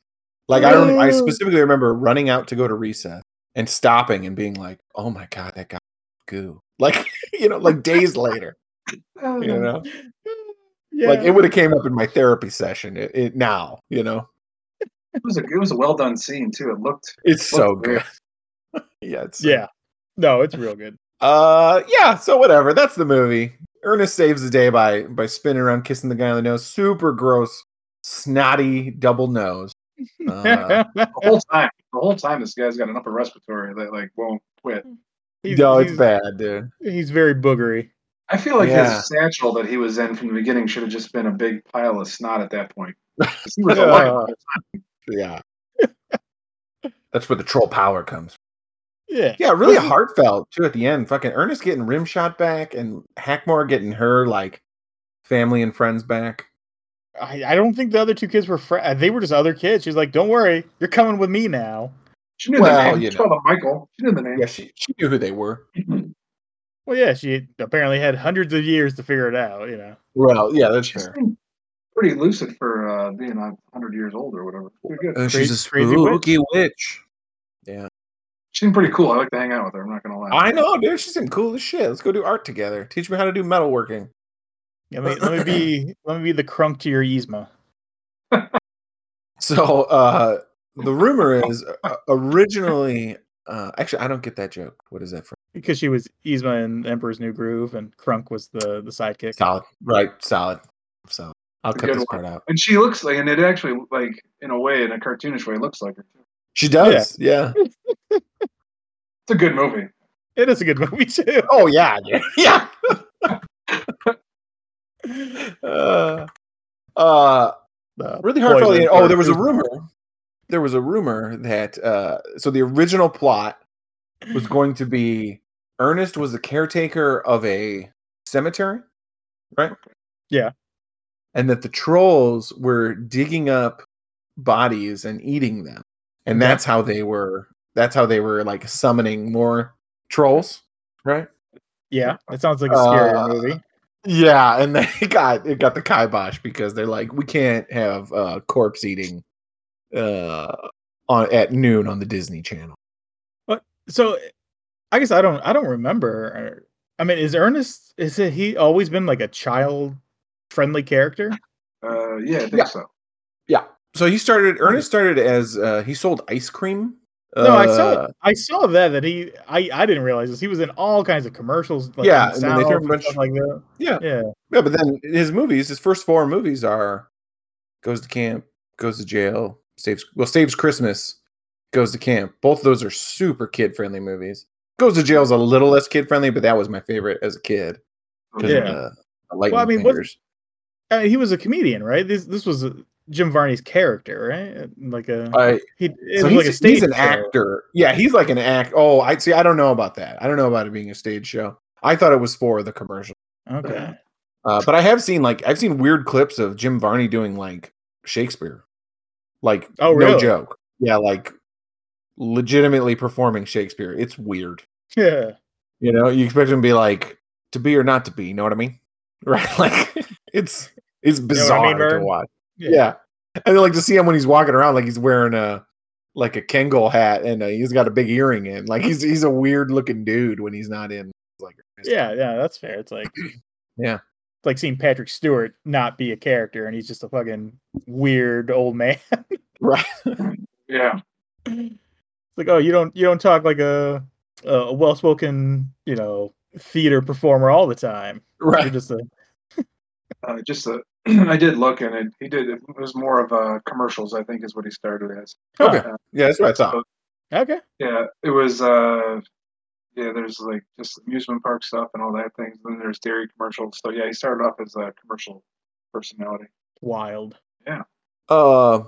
S1: Like I, rem- I
S2: Really?
S1: specifically remember running out to go to recess and stopping and being like, "Oh my god, that guy goo!" Like you know, like days later, you know,
S2: Uh-huh. yeah,
S1: like it would have came up in my therapy session. It, it now, you know,
S3: it was a it was a well done scene too. It looked
S1: it's so
S3: Look,
S1: good. yeah, it's so
S2: Oh, yeah. No, it's real good.
S1: Uh, yeah. So whatever. That's the movie. Ernest saves the day by by spinning around, kissing the guy on the nose. Super gross, snotty double nose. Uh,
S3: the whole time. The whole time, this guy's got an upper respiratory that like won't quit.
S2: he's,
S1: no, it's
S2: he's-
S1: bad, dude.
S2: He's very boogery.
S3: I feel like
S1: Yeah.
S3: his satchel that he was in from the beginning should have just been a big pile of snot at that point. 'Cause He was alive.
S1: Uh, yeah. That's where the troll power comes. from.
S2: Yeah,
S1: Yeah, really heartfelt too at the end. Fucking Ernest getting rim shot back and Hackmore getting her like family and friends back.
S2: I, I don't think the other two kids were friends. They were just other kids. She's like, "Don't worry, you're coming with me now."
S3: She knew
S1: Well,
S3: the name.
S1: you
S3: She called him Michael. She knew the name.
S1: Yeah, she, she knew who they were.
S2: Well, yeah, she apparently had hundreds of years to figure it out. You know,
S1: Well, yeah, that's
S3: She
S1: fair.
S3: seemed pretty lucid for uh, being a hundred years old or whatever. Pretty good.
S1: Uh, she's a
S2: Crazy- crazy witch.
S1: spooky witch.
S3: She seemed pretty cool. I like to hang out with her. I'm not gonna lie.
S1: I know, dude. She's in cool as shit. Let's go do art together. Teach me how to do metalworking.
S2: let me let me be let me be the crunk to your Yzma.
S1: So uh the rumor is uh, originally uh actually I don't get that joke. What is that for?
S2: because she was Yzma in Emperor's New Groove, and Krunk was the the sidekick.
S1: Solid. Right, solid. Solid. I'll
S3: It's
S1: cut
S3: a good
S1: this
S3: one.
S1: part out.
S3: And she looks like, and it actually like in a way, in a cartoonish way, looks like her. too.
S1: She does, yeah.
S3: It's a good movie.
S2: It is a good movie too.
S1: Oh yeah, dude. yeah. uh, uh
S2: The
S1: really heartfelt.
S2: poison
S1: Oh,
S2: for
S1: there was a
S2: Yzma.
S1: rumor. There was a rumor that uh, so the original plot was going to be Ernest was the caretaker of a cemetery, right?
S2: Yeah.
S1: and that the trolls were digging up bodies and eating them, and
S2: Okay.
S1: that's how they were. That's how they were like summoning more trolls, right?
S2: Yeah, that sounds like a scarier
S1: Uh,
S2: movie.
S1: Yeah, and then it got it got the kibosh because they're like, we can't have uh corpse eating uh on at noon on the Disney Channel.
S2: So, I guess I don't I don't remember. uh, I mean, is Ernest is it, he always been like a child friendly character?
S3: Uh, yeah, I think
S1: Yeah.
S3: so.
S1: Yeah. So he started Ernest started as uh he sold ice cream.
S2: No, I saw
S1: uh,
S2: I saw that that he I I didn't realize this. He was in all kinds of commercials. Like,
S1: Yeah,
S2: in
S1: and then they
S2: South
S1: threw a
S2: and
S1: bunch-
S2: stuff like that.
S1: Yeah.
S2: yeah.
S1: Yeah, but then his movies, his first four movies are goes to camp, goes to jail, saves well, saves Christmas, goes to camp. Both of those are super kid friendly movies. Goes to jail is a little less kid friendly, but that was my favorite as a kid. 'cause of
S2: Yeah.
S1: the- the lightning
S2: I mean, wasn't-
S1: fingers.
S2: I mean, Uh, he was a comedian, right? This this was uh, Jim Varney's character, right? Like a
S1: I-
S2: he
S1: Uh,
S2: it
S1: so
S2: was
S1: he's,
S2: like a
S1: he's
S2: stage
S1: an
S2: show.
S1: actor. Yeah, he's like an act. Oh, I see. I don't know about that. I don't know about it being a stage show. I thought it was for the commercial.
S2: Okay.
S1: Uh, but I have seen like I've seen weird clips of Jim Varney doing like Shakespeare, like
S2: Oh,
S1: no
S2: really?
S1: joke. Yeah, like legitimately performing Shakespeare. It's weird.
S2: Yeah.
S1: You know, you expect him to be like to be or not to be. You know what I mean? Right? Like it's it's
S2: know what I
S1: bizarre to
S2: mean, Vern?
S1: watch. Yeah. And then like to see him when he's walking around, like he's wearing a like a Kangol hat and uh he's got a big earring in. Like he's he's a weird looking dude when he's not in. Like
S2: Yeah, yeah, that's fair. It's like
S1: Yeah.
S2: It's like seeing Patrick Stewart not be a character and he's just a fucking weird old man.
S1: right.
S3: Yeah.
S2: It's like, oh, you don't you don't talk like a a well spoken, you know, theater performer all the time. You're
S1: Right.
S2: just a
S3: Uh, just a, I did look and it, he did. It was more of uh commercials, I think, is what he started as.
S2: Huh.
S1: Okay. Yeah, that's what I thought.
S2: Okay.
S3: Yeah, it was. uh Yeah, there's like just amusement park stuff and all that things. Then there's dairy commercials. So yeah, he started off as a commercial personality.
S2: Wild.
S1: Uh,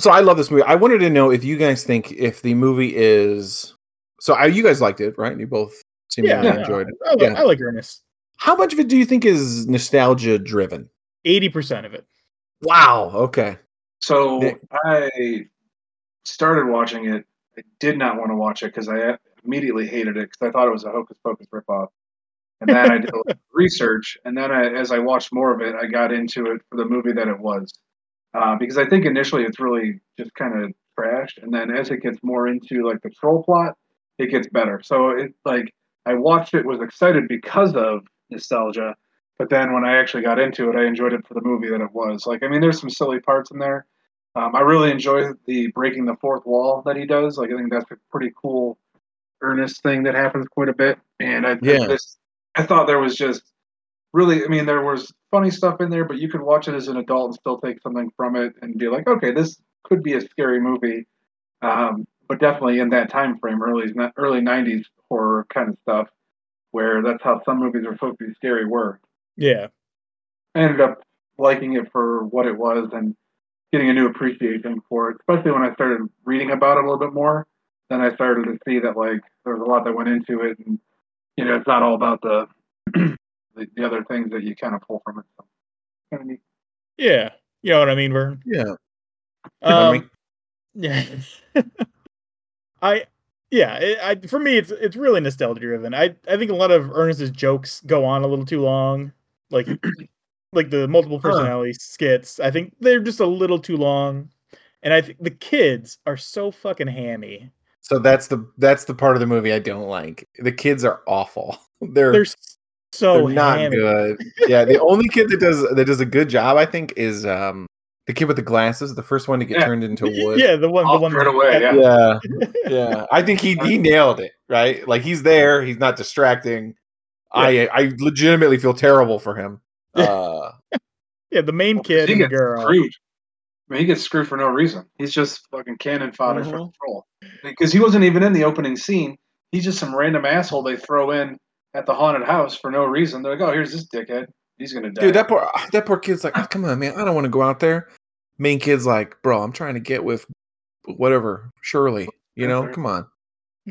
S1: so I love this movie. I wanted to know if you guys think if the movie is so. I, you guys liked it, right? You both seemingly
S2: Yeah.
S1: enjoyed it.
S2: I, like
S1: Yeah.
S2: I like Ernest.
S1: How much of it do you think is nostalgia driven?
S2: Eighty percent of it.
S1: Wow. Okay.
S3: So
S1: Nick.
S3: I started watching it. I did not want to watch it because I immediately hated it because I thought it was a hocus pocus ripoff. And then I did a little research, and then I, as I watched more of it, I got into it for the movie that it was. Uh, because I think initially it's really just kind of trash, and then as it gets more into like the troll plot, it gets better. So it like I watched it was excited because of nostalgia, but then when I actually got into it, I enjoyed it for the movie that it was. Like I mean, there's some silly parts in there, um, I really enjoy the breaking the fourth wall that he does. Like I think that's a pretty cool, earnest thing that happens quite a bit. And I,
S1: Yeah.
S3: this, I thought there was just really, I mean, there was funny stuff in there, but you could watch it as an adult and still take something from it and be like, okay, this could be a scary movie. Um, but definitely in that time frame, early early '90s horror kind of stuff, where that's how some movies are supposed to be scary were.
S2: Yeah.
S3: I ended up liking it for what it was and getting a new appreciation for it, especially when I started reading about it a little bit more. Then I started to see that like there was a lot that went into it, and you know it's not all about the the, the other things that you kind of pull from it. So, kinda neat.
S2: Yeah. You know what I mean, Vern?
S1: Yeah.
S2: Um,
S1: mean-
S2: Yeah. I yeah, it, I for me it's it's really nostalgia driven. I I think a lot of Ernest's jokes go on a little too long. Like like the multiple
S1: Huh.
S2: personality skits. I think they're just a little too long. And I think the kids are so fucking hammy.
S1: So that's the that's the part of the movie I don't like. The kids are awful. They're
S2: They're
S1: they're,
S2: s- so
S1: not
S2: hammy.
S1: good. Yeah. The only kid that does that does a good job, I think, is um the kid with the glasses, the first one to get
S3: Yeah.
S1: turned into wood.
S2: Yeah, the one the
S3: Off
S2: one
S3: right away, yeah.
S1: yeah yeah i think he he nailed it right like he's there he's not distracting i i legitimately feel terrible for him
S2: Yeah.
S1: uh
S2: Yeah, the main
S3: Well, 'cause
S2: kid
S3: he
S2: and the
S3: gets
S2: girl.
S3: screwed. I mean, he gets screwed for no reason. He's just fucking cannon fodder
S2: Mm-hmm.
S3: for
S1: Mhm.
S3: control because he wasn't even in the opening scene. He's just some random asshole they throw in at the haunted house for no reason. They're like, "Oh, here's this dickhead. He's gonna die."
S1: dude that poor that poor kid's like "Ah, come on man i don't want to go out there main kid's like bro i'm trying to get with whatever shirley you know come on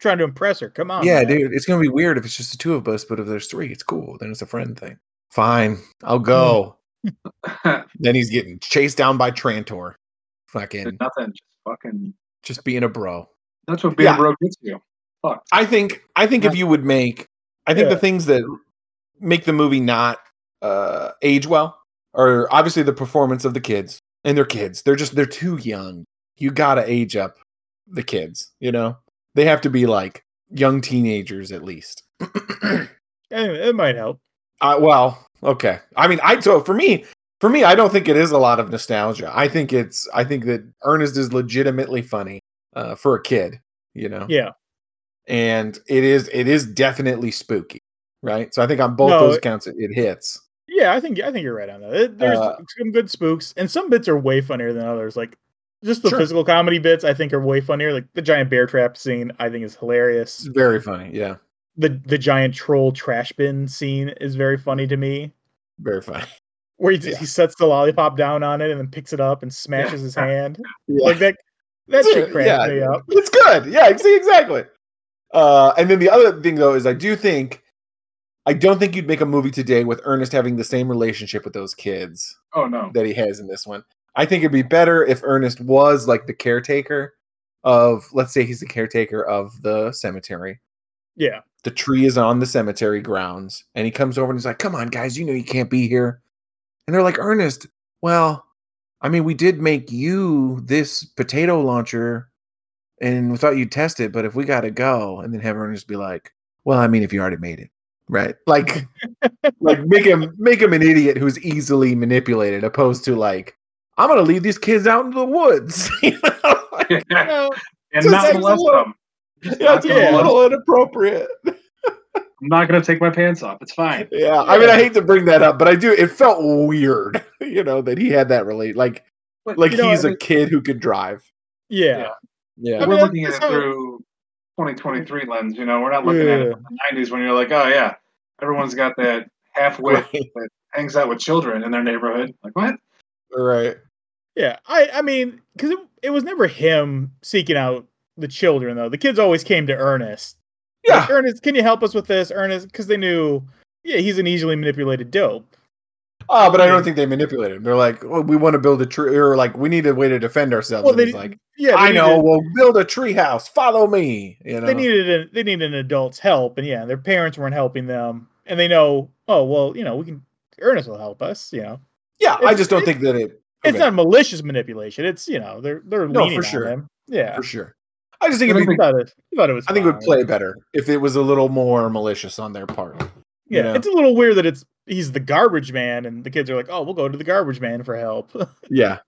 S2: Trying to impress her. Come on.
S1: yeah
S2: man.
S1: dude it's gonna be weird if it's just the two of us but if there's three it's cool then it's a friend thing fine i'll go
S2: Hmm.
S1: then he's getting chased down by trantor
S3: did
S1: fucking
S3: nothing. Just fucking.
S1: just being a bro
S3: That's what being
S1: Yeah.
S3: broke gets you. Fuck.
S1: I think I think if you would make I think
S2: Yeah.
S1: the things that make the movie not uh age well are obviously the performance of the kids and their kids. They're just they're too young. You gotta age up the kids, you know? They have to be like young teenagers at least.
S2: Eh, it might help.
S1: Uh, well, okay. I mean, I so for me, for me, I don't think it is a lot of nostalgia. I think it's I think that Ernest is legitimately funny uh, for a kid, you know
S2: Yeah.
S1: and it is it is definitely spooky right so i think on both
S2: No,
S1: those
S2: it-
S1: counts it, it hits
S2: Yeah, I think I think you're right on that. It- there's
S1: Uh,
S2: some good spooks, and some bits are way funnier than others. Like just the
S1: Sure.
S2: physical comedy bits, I think are way funnier. Like the giant bear trap scene, I think is
S1: it's
S2: hilarious.
S1: very funny yeah
S2: The the giant troll trash bin scene is very funny to me,
S1: very funny
S2: where he, just-
S1: Yeah.
S2: he sets the lollipop down on it and then picks it up and smashes his hand.
S1: yeah.
S2: Like that that shit
S1: Dude,
S2: cracks
S1: yeah,
S2: me up.
S1: it's good yeah ex- exactly uh and then the other thing though is i do think i don't think you'd make a movie today with ernest having the same relationship with those kids
S3: Oh no.
S1: that he has in this one i think it'd be better if ernest was like the caretaker of let's say he's the caretaker of the cemetery
S2: Yeah,
S1: the tree is on the cemetery grounds and he comes over and he's like come on guys you know you can't be here and they're like ernest well i mean we did make you this potato launcher and we thought you'd test it but if we gotta go and then have ernest be like well i mean if you already made it right like like make him make him an idiot who's easily manipulated opposed to like i'm gonna leave these kids out into the woods you know? like,
S3: and
S2: No,
S1: Just
S3: not
S1: takes a
S3: molest
S1: little-
S3: them. Just
S1: yeah,
S3: not
S1: it's a
S3: gonna
S2: Yeah.
S3: molest
S1: little inappropriate.
S3: I'm not gonna take my pants off. It's fine.
S1: Yeah, I mean, I hate to bring that up, but I do. It felt weird, you know, that he had that relate, like,
S3: But,
S1: like
S2: You know,
S1: he's
S2: I
S1: a kid who could drive.
S2: yeah.
S3: Yeah.
S1: Yeah,
S2: I
S3: we're
S2: mean,
S3: looking at it
S2: that's how-
S3: through 2023 lens. You know, we're not looking at
S2: Yeah.
S3: it from the 90s when you're like, oh yeah, everyone's got that halfway
S1: right,
S3: that hangs out with children in their neighborhood. Like what?
S1: right.
S2: Yeah, I I mean, because it, it was never him seeking out the children though. The kids always came to Ernest.
S1: Yeah,
S2: Like, Ernest, can you help us with this, Ernest? Because they knew, yeah, he's an easily manipulated dope.
S1: Oh, but I don't think they manipulated him. They're like, oh, we want to build a tree, or like, we need a way to defend ourselves.
S2: Well,
S1: and
S2: they
S1: he's like,
S2: Yeah, they
S1: I know.
S2: needed-
S1: We'll build a tree house. Follow me. You know,
S2: They needed a, they needed an adult's help, and yeah, their parents weren't helping them, and they know. Oh well, you know, we can. Ernest will help us. You know,
S1: yeah. I
S2: it's-
S1: just don't
S2: it-
S1: think that it.
S2: it's
S1: okay,
S2: not malicious manipulation. It's you know they're they're
S1: No,
S2: leaning
S1: for
S2: on
S1: sure.
S2: him. Yeah,
S1: for sure. I just think
S2: I
S1: it'd be,
S2: thought it, I thought it was.
S1: I think it would
S2: fine.
S1: play better if it was a little more malicious on their part. you
S2: Yeah,
S1: know?
S2: it's a little weird that it's he's the garbage man, and the kids are like, "Oh, we'll go to the garbage man for help."
S1: Yeah,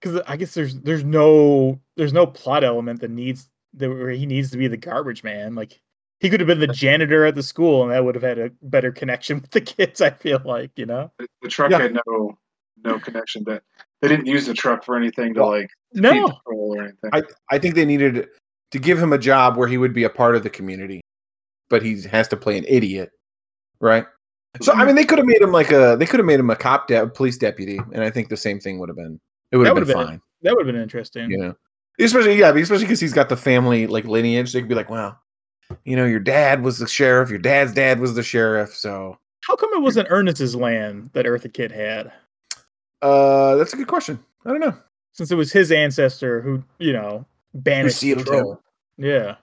S2: Because I guess there's there's no there's no plot element that needs that where he needs to be the garbage man. Like he could have been the janitor at the school, and that would have had a better connection with the kids. I feel like you know,
S3: The, the truck
S1: Yeah.
S3: had no no connection. That they didn't use the truck for anything to
S1: Well,
S3: like feed
S2: no,
S3: patrol or anything.
S1: I think they needed to give him a job where he would be a part of the community, but he has to play an idiot, right? So
S2: Mhm.
S1: I mean, they could have made him like a they could have made him a cop, de- police deputy, and I think the same thing would have been it would
S2: That
S1: have been
S2: would've been-
S1: fine.
S2: that would have been interesting.
S1: you know especially yeah especially because he's got the family like lineage they could be like wow you know your dad was the sheriff your dad's dad was the sheriff so
S2: How come it wasn't Ernest's land that Eartha Kid had?
S1: uh that's a good question i don't know
S2: Since it was his ancestor who you know
S1: Who
S2: banished the
S1: sealed
S2: troll.
S1: him?
S2: Yeah.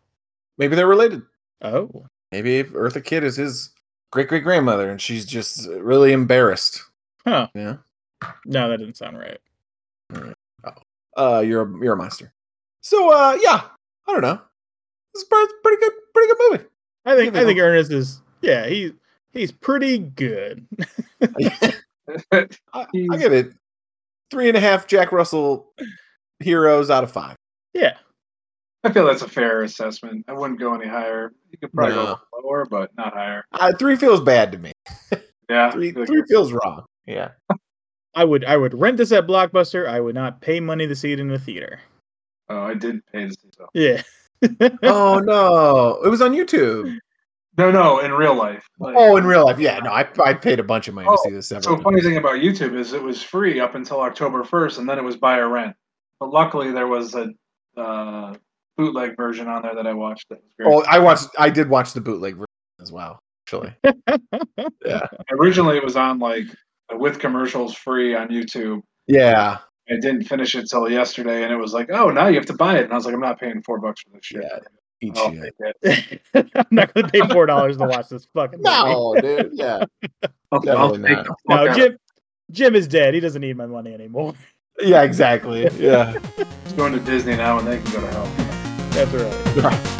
S1: maybe they're related
S2: Oh.
S1: maybe if eartha kid is his great great grandmother and she's just really embarrassed
S2: Huh.
S1: yeah
S2: No, that didn't sound right.
S1: uh you're a you're a monster so uh yeah i don't know it's pretty, pretty good pretty good movie
S2: I think
S1: Yeah,
S2: I
S1: they
S2: think Ernest is yeah he he's pretty good.
S1: I, I
S3: He's-
S1: give it three and a half jack russell heroes out of five
S2: yeah,
S3: I feel that's a fair assessment. I wouldn't go any higher. You could probably
S1: No.
S3: go lower, but not higher.
S1: uh, three feels bad to me
S3: Yeah.
S1: three,
S3: like-
S1: three feels wrong. Yeah.
S2: I would I would rent this at Blockbuster. I would not pay money to see it in the theater.
S3: Oh, I did pay to see that.
S2: Yeah,
S1: oh no, it was on YouTube.
S3: No, no, in real life. Like,
S1: Oh, in real life, yeah. No, I, I paid a bunch of money to
S3: Oh,
S1: see this.
S3: so
S1: Several times.
S3: the funny thing about YouTube is it was free up until October first, and then it was buy or rent. But luckily, there was a uh, bootleg version on there that I watched. That was great.
S1: Oh, I watched. I did watch the bootleg version as well. Actually, yeah,
S3: Originally, it was on like with commercials free on YouTube.
S1: yeah,
S3: I didn't finish it till yesterday, and it was like, oh, now you have to buy it. And I was like, I'm not paying four bucks for this shit.
S1: yeah. Eat
S3: I'll
S1: shit.
S3: take it.
S2: I'm not gonna pay four dollars to watch this fucking movie.
S1: No, dude. Yeah,
S3: I'll, I'll
S1: Definitely
S3: take
S1: not.
S3: the fuck
S2: No,
S3: out.
S2: Jim Jim is dead. He doesn't need my money anymore.
S1: yeah. Exactly. Yeah.
S3: It's going to Disney now, and they can go to hell.
S2: That's right.
S1: Right.